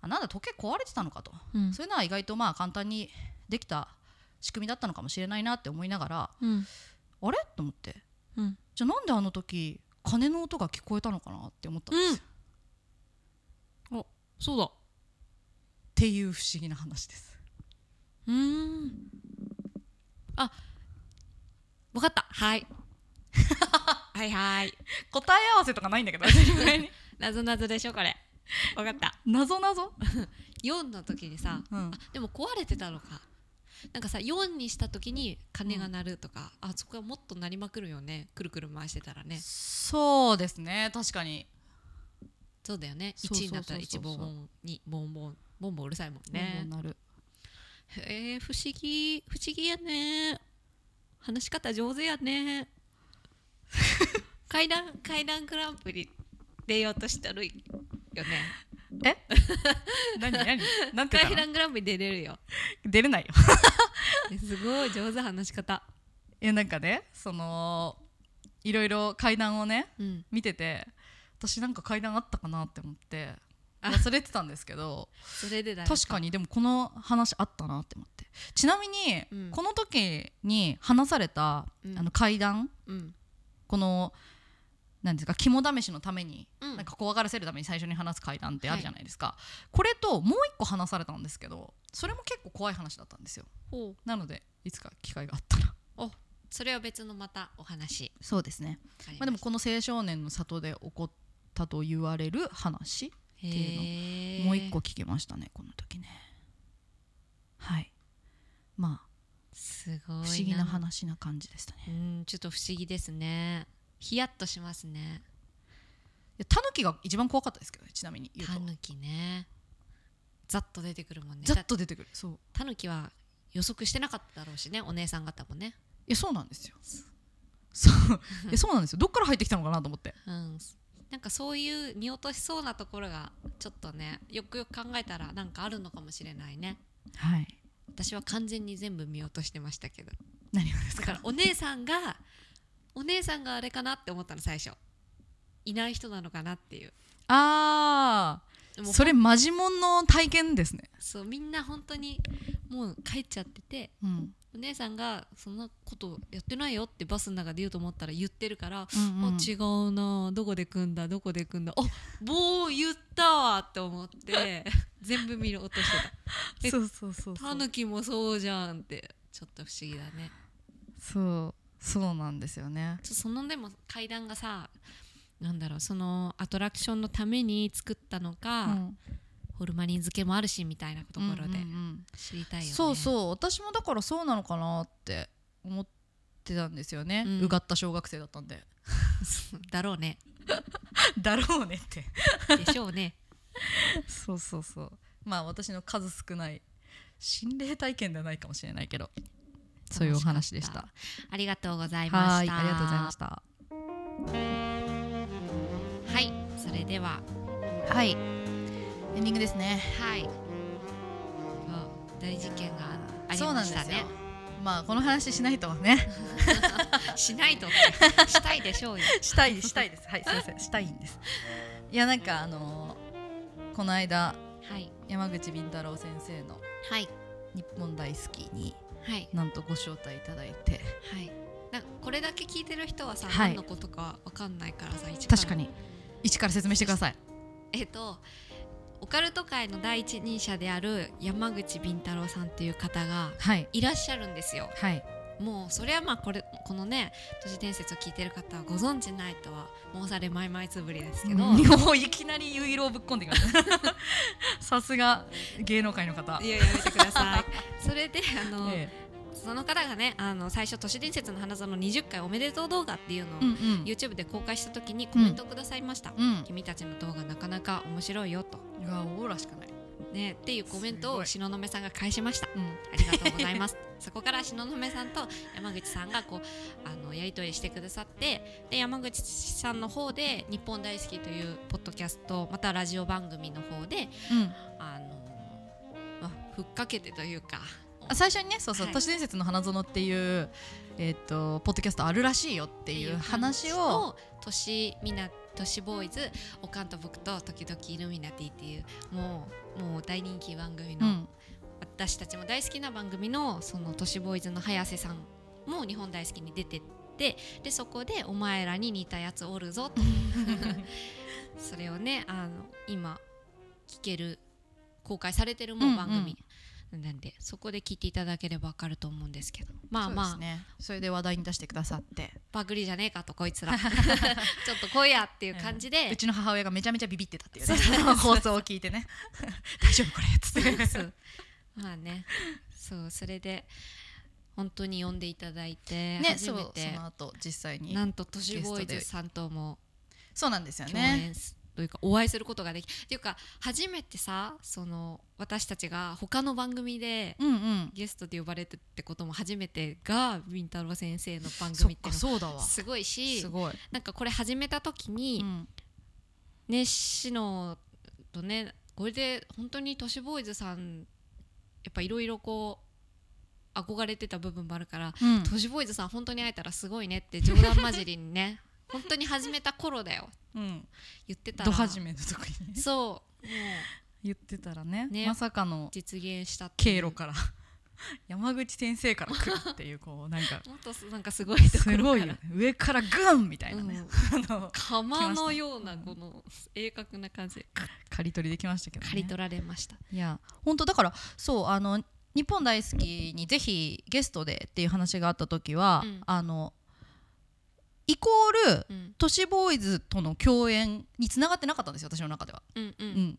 あなんだ時計壊れてたのかと、うんそういうのは意外とまあ簡単にできた仕組みだったのかもしれないなって思いながらうんあれと思ってうんじゃあなんであの時鐘の音が聞こえたのかなって思ったんですよ、っうんおそうだていう不思議な話です。うーんあわかったはいはいはい 答え合わせとかないんだけどになぞなぞでしょこれわかった 謎謎、 4の時にさうんあ、でも壊れてたのかなんかさ4にした時に鐘が鳴るとか、あそこはもっと鳴りまくるよねくるくる回してたらねそうですね確かにそうだよねそうそうそうそう1になったら1ボンボン2ボンボンボンボンうるさいもんねなるへえ不思議不思議やね話し方上手や ね階段階段グランプリ出ようとしたるよね何 何なんて言階ったの段グランプリ出れるよ出れないよ すごい上手話し方いやなんかねそのいろいろ階段をねうん見てて私なんか階段あったかなって思ってあ忘れてたんですけどそれでだ確かにでもこの話あったなって思ってちなみに、うんこの時に話された、うんあの階段うんこのなんですか肝試しのために、うんなんか怖がらせるために最初に話す階段ってあるじゃないですか、これともう一個話されたんですけどそれも結構怖い話だったんですよほうなのでいつか機会があったらそれは別のまたお話そうですねまあ、でもこの青少年の里で起こったと言われる話、ていいうもう一個聞きましたねこの時ねはいまあすごい不思議な話な感じでしたねうんちょっと不思議ですねヒヤッとしますねタヌキが一番怖かったですけどねちなみに言うとタヌキねざっと出てくるもんねざっと出てくるそうタヌキは予測してなかっただろうしねお姉さん方もねいやそうなんですよそういやそうなんですよどっから入ってきたのかなと思ってうんなんかそういう見落としそうなところがちょっとねよくよく考えたらなんかあるのかもしれないねはい私は完全に全部見落としてましたけど何がですだかからお姉さんがお姉さんがあれかなって思ったの最初いない人なのかなっていうあであもそれマジモンの体験ですねそうみんな本当にもう帰っちゃっててうん、お姉さんがそんなことやってないよってバスの中で言うと思ったら言ってるから、うんうんあ違うなどこで組んだどこで組んだあ棒言ったわって思って 全部見る落としてえそうそうそうたそタうヌキもそうじゃんってちょっと不思議だねそうそうなんですよねちょそのでも階段がさなんだろうそのアトラクションのために作ったのか、うんホルマリン漬けもあるしみたいなところでうんうん知りたういんよね、そうそう私もだからそうなのかなって思ってたんですよね、ううんがった小学生だったんで だろうねだろうねってでしょう ねそうそうそうまあ私の数少ない心霊体験ではないかもしれないけどそういうお話でした楽ありがとうございまはしいたありがとうございましたはいそれでははいエンディングですねはい大事件がありそうなまんしでたすよねまあこの話しないとはねしないとってしたいでしょ うよしたいしたいですはいすいません したいんですいやなんかあのーこの間はい山口敏太郎先生のはい日本大好きにはいなんとご招待いただいてはいなんかこれだけ聞いてる人はさ、はい何のことかわかんないからさ一確かに一から説明してくださいえっとオカルト界の第一人者である山口敏太郎さんという方がはいいらっしゃるんですよはいもうそれはまあこれこのね都市伝説を聞いてる方はご存知ないとは申されまいまいつぶりですけど、 いもういきなりユイロをぶっ込んできました さすが芸能界の方ややめてくださ いそれであの、えその方がねあの最初都市伝説の花園20回おめでとう動画っていうのをえうん YouTube で公開した時にコメントをくださいました、うん君たちの動画なかなか面白いよといやオーラしかない、ねっていうコメントすごをい東雲さんが返しましたうん、ありがとうございますそこから東雲さんと山口さんがこうあのやり取りしてくださってで山口さんの方で「日本大好き」というポッドキャストまたラジオ番組の方であの、まあ、ふっかけてというかあ最初にねそうそう、はい都市伝説の花園っていうえっ、とポッドキャストあるらしいよっていう話を都市みな都市ボーイズおかんと僕と時々イルミナティっていうもうもう大人気番組の、うん私たちも大好きな番組のその都市ボーイズの早瀬さんも日本大好きに出てってでそこで「お前らに似たやつおる ぞ」とそれをねあの今聞ける公開されてるもうんううん番組、なんでそこで聞いていただければ分かると思うんですけどまあまあそうですねそれで話題に出してくださってパクリじゃねえかとこいつ らちょっと来いやっていう感じでう、ちの母親がめちゃめちゃビビってたっていうそねうそうそう 放送を聞いてね大丈夫これっ つってそうまあねそうそれで本当に呼んでいただいて、ね初そうめそての後実際になんと都市ボーイズさんともそうなんですよ共ね演すというかお会いすることができっていうか初めてさその私たちが他の番組でうんうんゲストで呼ばれてってことも初めてがビンタロウ先生の番そ組っっていかうそうだのわがすごいしすごい、なんかこれ始めた時に、うんねシノとねこれで本当に都市ボーイズさんやっぱいろいろこう憧れてた部分もあるから、うん都市ボーイズさん本当に会えたらすごいねって冗談交じりに ね本当に始めた頃だようん、言ってたらド始めの時にねそうも 言ってたらねねまさかうの実現したってい経う路から 山口先生から来るっていうこうなんかもっ となんかすごいとこすろごかいらよね上からグンみたいなうねん、 あの釜のようなこの鋭角な感じで刈り取りできましたけど、ね、刈り取られましたいや本当だからそうあの日本大好きにぜひゲストでっていう話があった時は、うんあのイコールうん都市ボーイズとの共演につながってなかったんですよ私の中では、うんううんん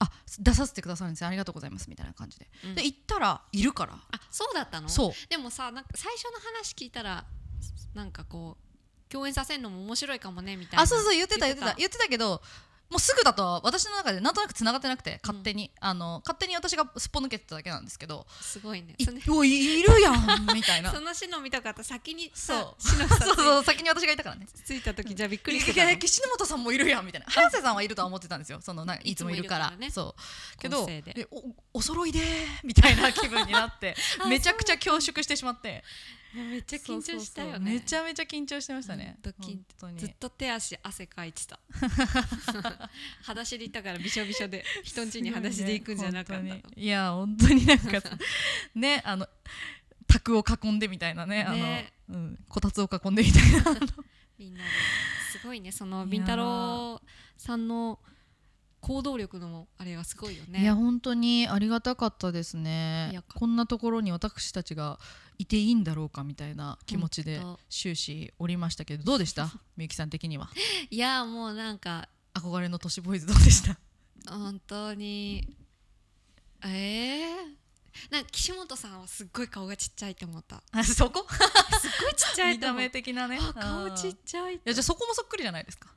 あ出させてくださるんですよありがとうございますみたいな感じで、うんで行ったらいるから、あそうだったのそうでもさなんか最初の話聞いたらなんかこう共演させるのも面白いかもねみたいなあそうそう言ってた言ってた言ってたけどもうすぐだと私の中でなんとなくつながってなくて勝手に、あの勝手に私がすっぽ抜けてただけなんですけどすごいねいそのおいいるやんみたい なそのシノ見たかった先にさそうシノがそうそう先に私がいたからねついた時じゃあびっくりしていたやのいや篠本さんもいるやん みたいな早瀬さんはいるとは思ってたんですよそのなんかいつもいるからいつもいるからねそうけど構成でえおお揃いでーみたいな気分になって あめちゃくちゃ恐縮してしまってめっちゃ緊張したよねそうそうそうめちゃめちゃ緊張してましたねほんと緊本当にずっと手足汗かいてた 裸足でいたからびしょびしょで人ん家に裸足で行くんじゃなかったの、本当にいや本当になんか ねあの卓を囲んでみたいなねねあの、うん、こたつを囲んでみたいなみんなですごいねそのビンタロウさんの行動力のあれがすごいよねいや本当にありがたかったですいねやこんなところに私たちがいていいんだろうかみたいな気持ちで本当終始おりましたけどどう でしたみゆきさん的にはいやもうなんか憧れの都市ボーイズどうでした 本当にええなんか岸本さんはすっごい顔がちっちゃいと思ったあそこすっごいちっちゃい見とた思っ目た的なねあ顔ちっいちゃいやじゃあそこもそっくりじゃないですか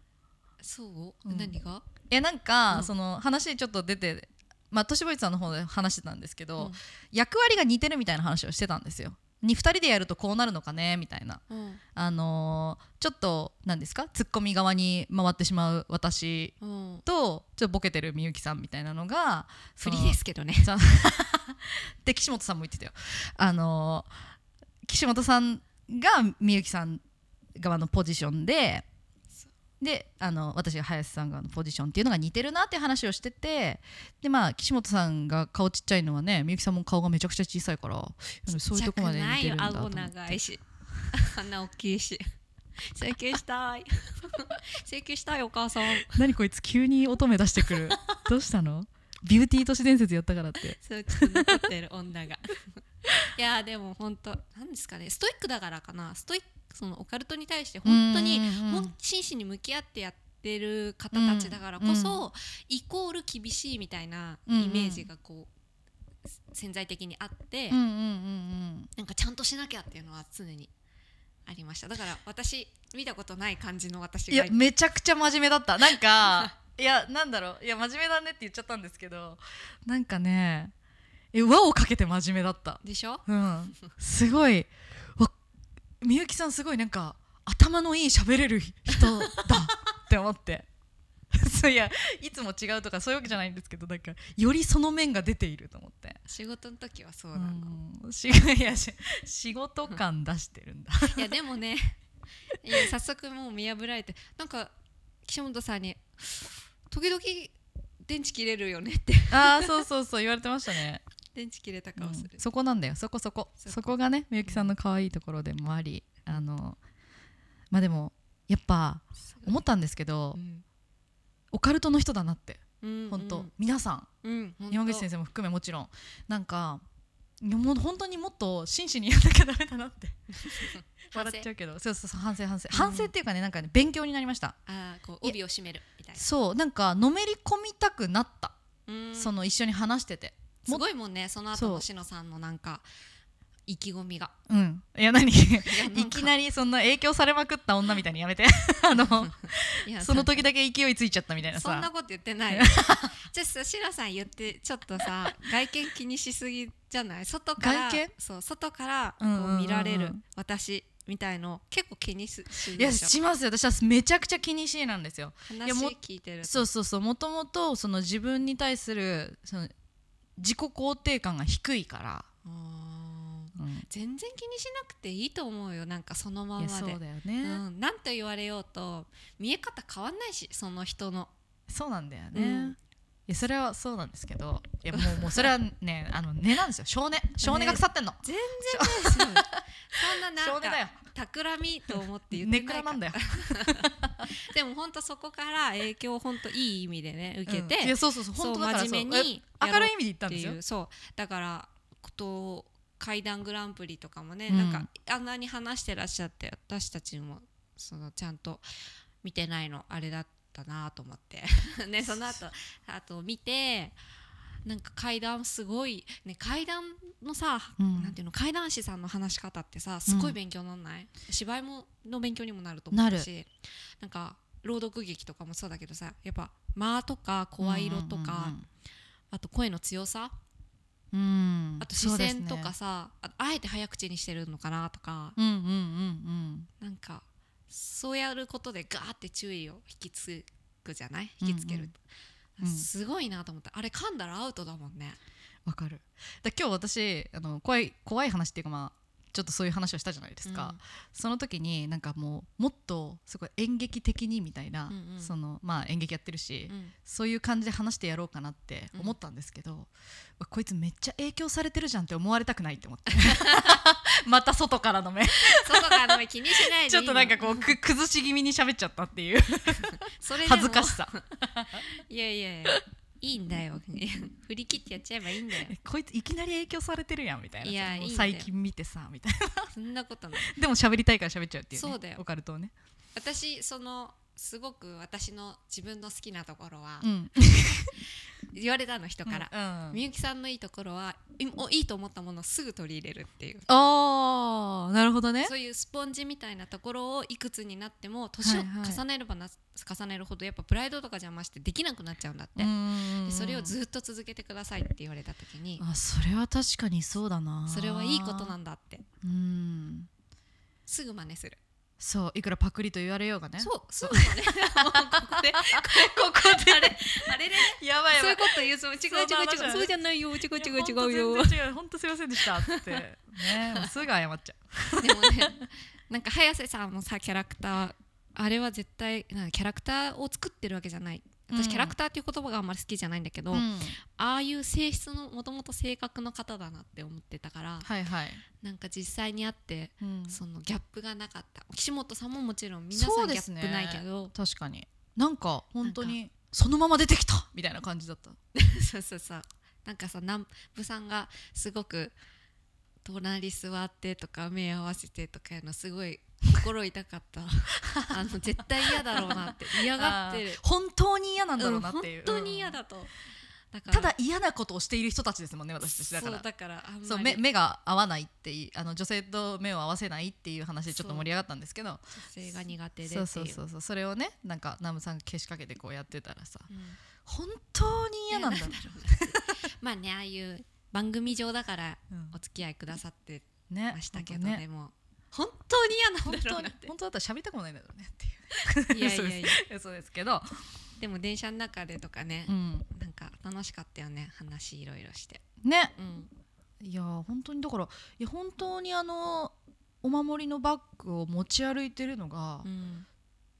そう、うん何がえなんか、うんその話ちょっと出てまあとしぼりさんの方で話してたんですけど、うん役割が似てるみたいな話をしてたんですよ。に2人でやるとこうなるのかねみたいな、うんあのーちょっと何ですかツッコミ側に回ってしまう私うんとちょっとボケてるみゆきさんみたいなのがフそのリーですけどねそうで岸本さんも言ってたよあの岸本さんがみゆきさん側のポジションでであの私が林さん側のポジションっていうのが似てるなっていう話をしててでまあ岸本さんが顔ちっちゃいのはねみゆきさんも顔がめちゃくちゃ小さいからそういうとこまで似てるんだと思っちっちゃくないよ顎長て いし鼻大きいし請求 したい請求したいお母さん何こいつ急に乙女出してくる どうしたのビューティー都市伝説やったからってそうちょっと残ってる女 がいやーでも本当なんですかねストイックだからかなストイックそのオカルトに対して本当にうんうんうんほん真摯に向き合ってやってる方たちだからこそ、イコール厳しいみたいなイメージがこう、潜在的にあって、うんうんうんなんかちゃんとしなきゃっていうのは常にありましただから私見たことない感じの私いがやいめちゃくちゃ真面目だったな んかいやなんだろういや真面目だねって言っちゃったんですけどなんかねえ輪をかけて真面目だったでしょうんすごいわみゆきさんすごいなんか頭のいい喋れる人だって思って そういやいつも違うとかそういうわけじゃないんですけどなんかよりその面が出ていると思って仕事の時はそううなの、んしいやし仕事感出してる んだいやでもねいや早速もう見破られてなんか岸本さんに「時々電池切れるよね」ってああそうそうそう言われてましたね、電池切れたう顔すんる、そこなんだよそこそこそそここがねみゆきさんの可愛いところでもありあのまあでもやっぱ思ったんですけど、うんオカルトの人だなってうん本当、皆さんうんうん山口先生生も含めもちろんなんかいやもう本当にもっと真摯にやんなきゃダメだなって笑っちゃうけどそうそうそう反省反省、反省っていうかねなんかね勉強になりましたああこう帯を締めるみたいそうなんかのめり込みたくなった、な、うんその一緒に話しててすごいもんねその後そのうしのさんのなんか意気込みがうんいや何いきりなりそんな影響されまくった女みたいにやめてあのその時だけ勢いついちゃったみたいなさそんなこと言ってない じゃあさシラさん言ってちょっとさ外見気にしすぎじゃない外から外見そう外からこうんうんううんうん見られる私みたいの結構気にすするいやでししますよ私はめちゃくちゃ気にしいなんですよょいや話も聞いてるそうそうそうもともとその自分に対するその自己肯定感が低いから、あーうん、全然気にしなくていいと思うよなんかそのまいやまそでうだよね、うん、なんと言われようと見え方変わんないしその人のそうなんだよね、うんいやそれはそうなんですけどいやもうもうそれは ねあの根なんですよ少年少年が腐ってんの、全然ないし そんなな少ん年だよか企みと思って言っ根てっなかいらかならんだ よでも本当そこから影響を本当いい意味でね受けて、うんいやそうそうそうそ本う当だから真面目にそうえ明るいや意味で言ったんろうでっすてよいうそうだからこと怪談グランプリとかもね、うんなんかあんなに話してらっしゃって私たちもそのちゃんと見てないのあれだったなと思って ねその後あと見てなんか怪談すごいね怪談のさ、うんなんていうの怪談師さんの話し方ってさすごういん勉強になんない、芝居もの勉強にもなると思うしなんか朗読劇とかもそうだけどさやっぱ間とか声色とか、あと声の強さうんうんうんうんあと視そうです線ねとかさ、ああえて早口にしてるのかなとかうんうんうんうんなんかそうやることでガーって注意を引きつくじゃない引きつける、うんうんうんすごいなと思ったあれ噛んだらアウトだもんねわかるだ今日私あの怖い怖い話っていうかまあちょっとそういう話をしたじゃないですか、その時になんかもうもっとすごい演劇的にみたいな、うんうんそのまあ演劇やってるし、うん、うんそういう感じで話してやろうかなって思ったんですけど、うわこいつめっちゃ影響されてるじゃんって思われたくないって思って また外からの目外からの目気にしないでいいの ちょっとなんかこう く崩し気味に喋っちゃったっていうそれでも恥ずかし さいやいやいやいいんだよ 振り切ってやっちゃえばいいんだよこいついきなり影響されてるやんみたいないやこいういんだよ最近見てさみたいそんなことないなでも喋りたいから喋っちゃうっていう、ね、そうだよオカルトをね、私そのすごく私の自分の好きなところは、うん、言われたの人から、うん、みゆきさんのいいところはいおいいと思ったものをすぐ取り入れるっていうあーなるほどねそういうスポンジみたいなところをいくつになっても年をはいはい重ねればな、重ねるほどやっぱプライドとか邪魔してできなくなっちゃうんだって、うんでそれをずっと続けてくださいって言われた時にあそれは確かにそうだなそれはいいことなんだってうんすぐ真似するそういくらパクリと言われようが ねそうすぐ真似もうこ こでここであれあれで、ね、 やばいそういうこと言うその違う違うそんな違う話そうじゃないよ違う違う違うよ本当全然違う本当すいませんでしたってね もうすぐ謝っち ゃでもねなんか早瀬さんもさキャラクターあれは絶対なんかキャラクターを作ってるわけじゃない私うんキャラクターっていう言葉があんまり好きじゃないんだけど、うんああいう性質のもともと性格の方だなって思ってたからはいはい、なんか実際に会ってうんそのギャップがなかった岸本さんももちろん皆さそんうギでャすッねプないけど確かになんか本当にそのまま出てきたみたいな感じだったそうそうそうなんかさ南部さんがすごく隣座ってとか目合わせてとかいうのすごい心痛かった あの絶対嫌だろうなって嫌がってるあー本当に嫌なんだろうなっていう、ん本当に嫌だと、だかうんらただ嫌なことをしている人たちですもんね私たちだからそうだからあんまりそう目目が合わないっていあの女性と目を合わせないっていう話でちょっと盛り上がったんですけど女性が苦手でっていそううそうそうそうそれをねなんかナムさんがけしかけてこうやってた らさうん本当に嫌なんだいやろうなまあねああいう番組上だからうんお付き合いくださってねましたけど、本当でも本当に嫌な本んだろ当うなにって本当だったら喋りたくもないんだろうねっていういやいやいややそうですけど、でも電車の中でとかねう、ん、なんか楽しかったよね話いろいろして、ねうん、いやー本当にだからいや本当にあのお守りのバッグを持ち歩いてるのが、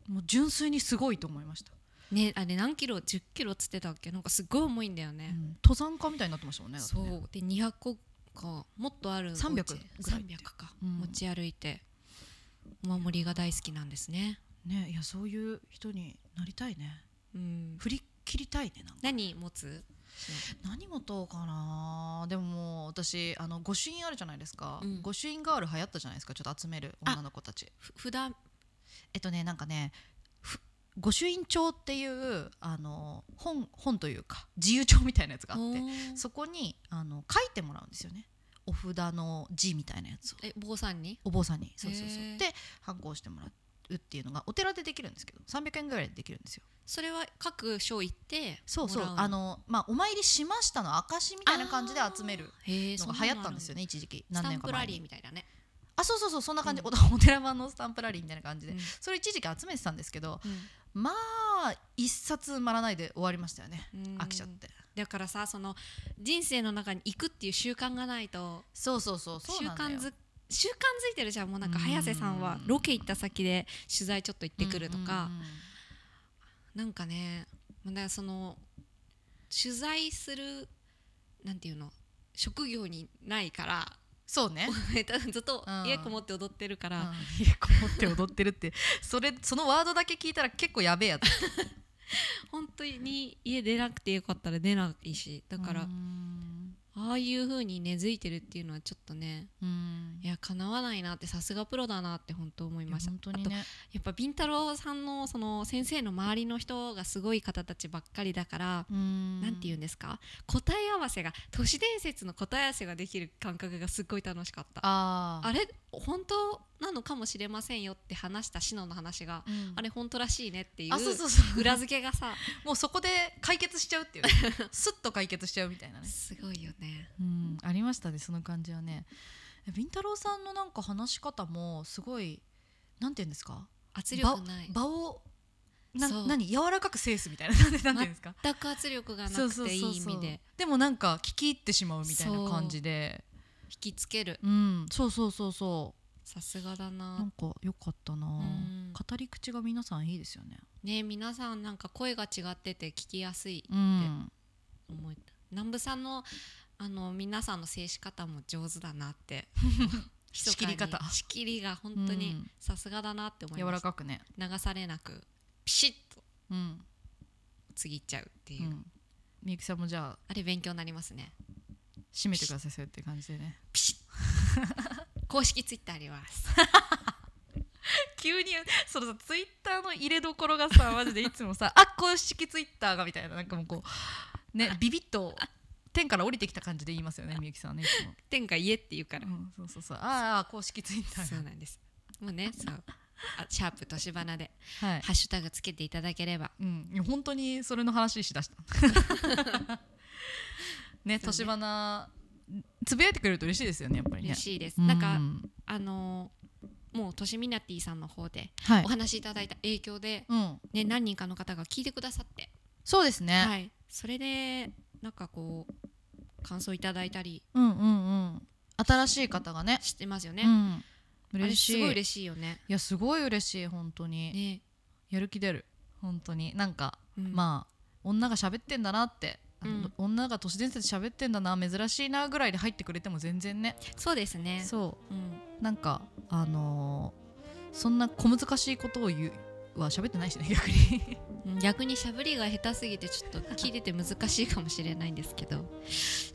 もう純粋にすごいと思いました、ねあれ何キロ10キロっつってたっけなんかすごい重いんだようね、ん登山家みたいになってましたもんねだってそうねで200個かもっとある300お家ぐらいって300か、うん持ち歩いてお守りが大好きなんですね、ねいやそういう人になりたいねうん、振り切りたいねなんか何持つ何持とうかなでももう私あの御朱印あるじゃないですか、うん御朱印ガール流行ったじゃないですかちょっと集める女の子たちふ普段えっとねなんかねふ御朱印帳っていうあの本本というか自由帳みたいなやつがあってそこにあの書いてもらうんですよねお札の字みたいなやつをえ坊さんにお坊さんにそうそうそへうーで反抗してもらうっていうのがお寺でできるんですけど300円ぐらいでできるんですよそれは各所行ってそうそうもらあのまあお参りしましたの証みたいな感じで集めるへーのそんがな流行ったんのですよねね一時期ス何タ年ンかプラ前リーにみたいなねあそうそうそうそんな感じ、うんおお寺版のスタンプラリーみたいな感じで、うんそれ一時期集めてたんですけどまあ一冊埋まらないで終わりましたよねうん飽きちゃってだからさその人生の中に行くっていう習慣がないとそうそうそうそう習なんだよ慣づ習慣づいてるじゃんもうなんかうん早瀬さんはロケ行った先で取材ちょっと行ってくるとかうんうんうんなんかねまあだからその取材するなんていうの職業にない からそうねずっと家こもって踊ってるから、うん家こもって踊ってるってそれそのワードだけ聞いたら結構やべえやつ本当に家出なくてよかったら出ないしだから、うんああいう風に根付いてるっていうのはちょっとねうんいやかなわないなってさすがプロだなって本当思いいまやした本当にねあとやっぱビンタロウさんのその先生の周りの人がすごい方たちばっかりだから、ななんて言うんですか答え合わせが都市伝説の答え合わせができる感覚がすっごい楽しかったああーれ本当なのかもしれませんよって話したシノの話が、うんあれ本当らしいねっていうあそうそうそう裏付けがさもうそこで解決しちゃうっていうねスッと解決しちゃうみたいな ねすごいよねうん、ありましたねその感じはねえビンタロウさんのなんか話し方もすごいなんて言うんですか圧力ない場をなそう何柔らかく制すみたいな なんてなんて言うんですか全く圧力がなそうくそうていそういそう意味ででもなんか聞き入ってしまうみたいな感じで引きつけるうんそうそうそうそうさすがだななんか良かったなうん語り口が皆さんいいですよねね皆さんなんか声が違ってて聞きやすいうん思えた南部さんのあの皆さんの制し方も上手だなって 密かに仕切り方仕切りが本当うにんさすがだなって思い柔まらしたかくね流されなくピシッとうん次いっちゃうってういう、んみゆきさんもじゃああれ勉強になります ね締めてくださいそうやって感じでねピシッ 公式ツイッターあり ます急にそのさツイッターの入れどころがさマジでいつもさあ公式ツイッターがみたいななんかもうこうねビビッと天から降りてきた感じで言いますよねみゆきさんねいつも天が家って言うからうん、そうそうそうああ公式ツイッタそうーなんですもう ねそうあシャープとしばなでがはい、ハッシュタグつけていただければうん、いや本当にそれの話し だしたね年花つぶやいてくれると嬉しいですよねやっぱりね嬉しいです、うなんかんあのーもうとしみなティさんの方ではいお、話しいただいた影響で、うん、ね、何人かの方が聞いてくださって、そうですね、はい、それでなんかこう感想いただいたりうんうんうん新しい方がねしてますよね、うん、あれ嬉しすいごい嬉しいよねいやすごい嬉しい本当に、ね、やる気出る本当になんか、うんまあ女が喋ってんだなって、あのうん女が都市伝説喋ってんだな珍しいなぐらいで入ってくれても全然ねそうですねそうんうなんかあのーそんな小難しいことを言うは喋ってないしね逆にうん逆にしゃぶりが下手すぎてちょっと聞いてて難しいかもしれないんですけど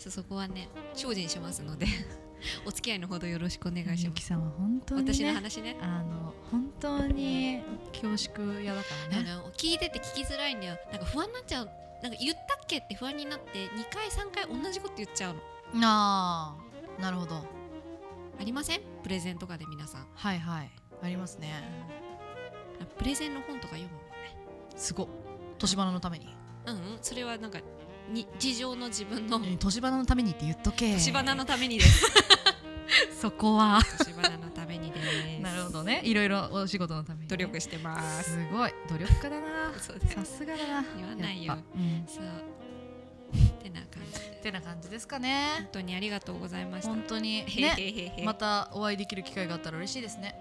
そそこはね精進しますので お付き合いのほどよろしくお願いみしゆまきすさんは本当に、ね、私の話ねあの本当に恐縮嫌だかあらねの聞いてて聞きづらいんだよなんか不安になっちゃうなんか言ったっけって不安になって2回3回同じこと言っちゃうのああなるほどありませんプレゼンとかで皆さんはいはいありますねプレゼンの本とか読むすごっ年花のためにもんねうんうんそれはなんかに事情の自分のえー年花のためにって言っとけ年花のためにですそこは 年花のためにです なるほどねいろいろお仕事のために ね、努力してますすごい努力家だなそうですさすがだな言わないよやっぱうんそうてな感じでってな感じですか本ね当にありがとうございました本当にへいねへいへいへいまたお会いできる機会があったら嬉しいですね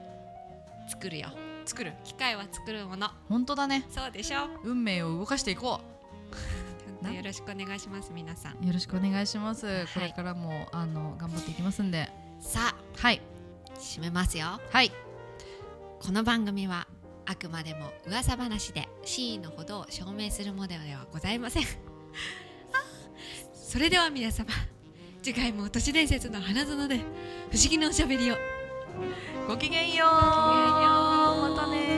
作るよ作る機械は作るもの本当だねそうでしょ運命を動かしていこ本当よろしくお願いします皆さんうよろしくお願いします、はいこれからもあの頑張っていきますんでさはいあ締めますよはいこの番組はあくまでも噂話で真意のほどを証明するものではございませんあそれでは皆様次回も都市伝説の花園で不思議なおしゃべりをごきげんよごきうげんようまたね